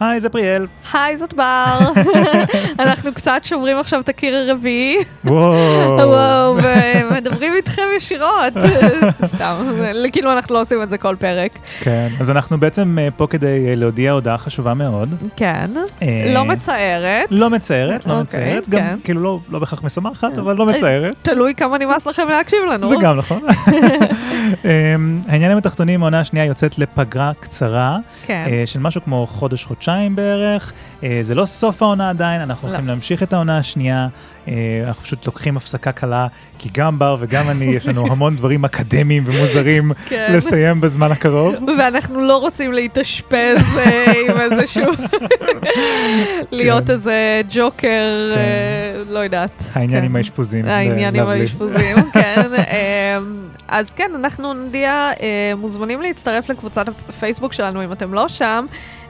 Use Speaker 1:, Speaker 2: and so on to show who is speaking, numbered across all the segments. Speaker 1: היי, זה פריאל.
Speaker 2: היי, זאת בר. אנחנו קצת שומרים עכשיו את הקיר הרביעי.
Speaker 1: וואו.
Speaker 2: וואו, ומדברים איתכם ישירות. סתם, זה- כאילו אנחנו לא עושים את זה כל פרק.
Speaker 1: כן. אז אנחנו בעצם אה, פה כדי אה, להודיע הודעה חשובה מאוד.
Speaker 2: כן.
Speaker 1: אה,
Speaker 2: לא מצערת.
Speaker 1: לא מצערת, לא
Speaker 2: אוקיי,
Speaker 1: מצערת, גם
Speaker 2: כן. אה,
Speaker 1: כאילו לא- לא בהכרח משמחת, אבל לא מצערת.
Speaker 2: תלוי כמה נמאס לכם להקשיב לנו.
Speaker 1: זה גם נכון. אמ, העניינים התחתונים, העונה השנייה יוצאת לפגרה קצרה,
Speaker 2: כן.
Speaker 1: אה, של משהו כמו חודש-חודשיים בערך. אה, זה לא סוף העונה עדיין, אנחנו
Speaker 2: לא.
Speaker 1: הולכים להמשיך את העונה השנייה. אה, אנחנו פשוט לוקחים הפסקה קלה, כי גם בר וגם אני, יש לנו המון דברים אקדמיים ומוזרים
Speaker 2: כן.
Speaker 1: לסיים בזמן הקרוב.
Speaker 2: ואנחנו לא רוצים להתאשפז אה, עם איזשהו... להיות איזה ג'וקר,
Speaker 1: כן.
Speaker 2: אה, לא יודעת.
Speaker 1: העניין
Speaker 2: כן.
Speaker 1: עם האשפוזים.
Speaker 2: העניין עם
Speaker 1: ל- lovely.
Speaker 2: האשפוזים, כן. אמ, אז כן, אנחנו נודיע, אה, מוזמנים להצטרף לקבוצת הפייסבוק שלנו אם אתם לא שם.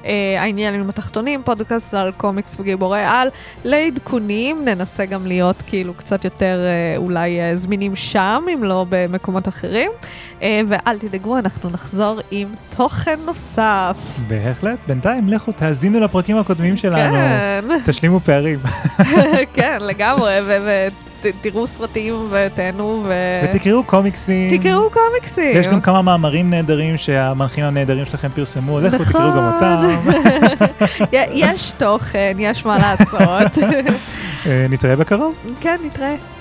Speaker 2: אה, העניין עם התחתונים, פודקאסט על קומיקס וגיבורי על, לעדכונים, ננסה גם להיות כאילו קצת יותר אה, אולי אה, זמינים שם, אם לא במקומות אחרים. אה, ואל תדאגו, אנחנו נחזור עם תוכן נוסף.
Speaker 1: בהחלט, בינתיים לכו תאזינו לפרקים הקודמים שלנו.
Speaker 2: כן,
Speaker 1: תשלימו פערים
Speaker 2: כן, לגמרי, ותראו סרטים ותהנו ו...
Speaker 1: ותקראו קומיקסים.
Speaker 2: תקראו קומיקסים.
Speaker 1: ויש גם כמה מאמרים נהדרים שהמנחים הנהדרים שלכם פרסמו, לכו
Speaker 2: נכון.
Speaker 1: תקראו גם אותם.
Speaker 2: י- יש תוכן, יש מה לעשות.
Speaker 1: אה, נתראה בקרוב.
Speaker 2: כן, נתראה.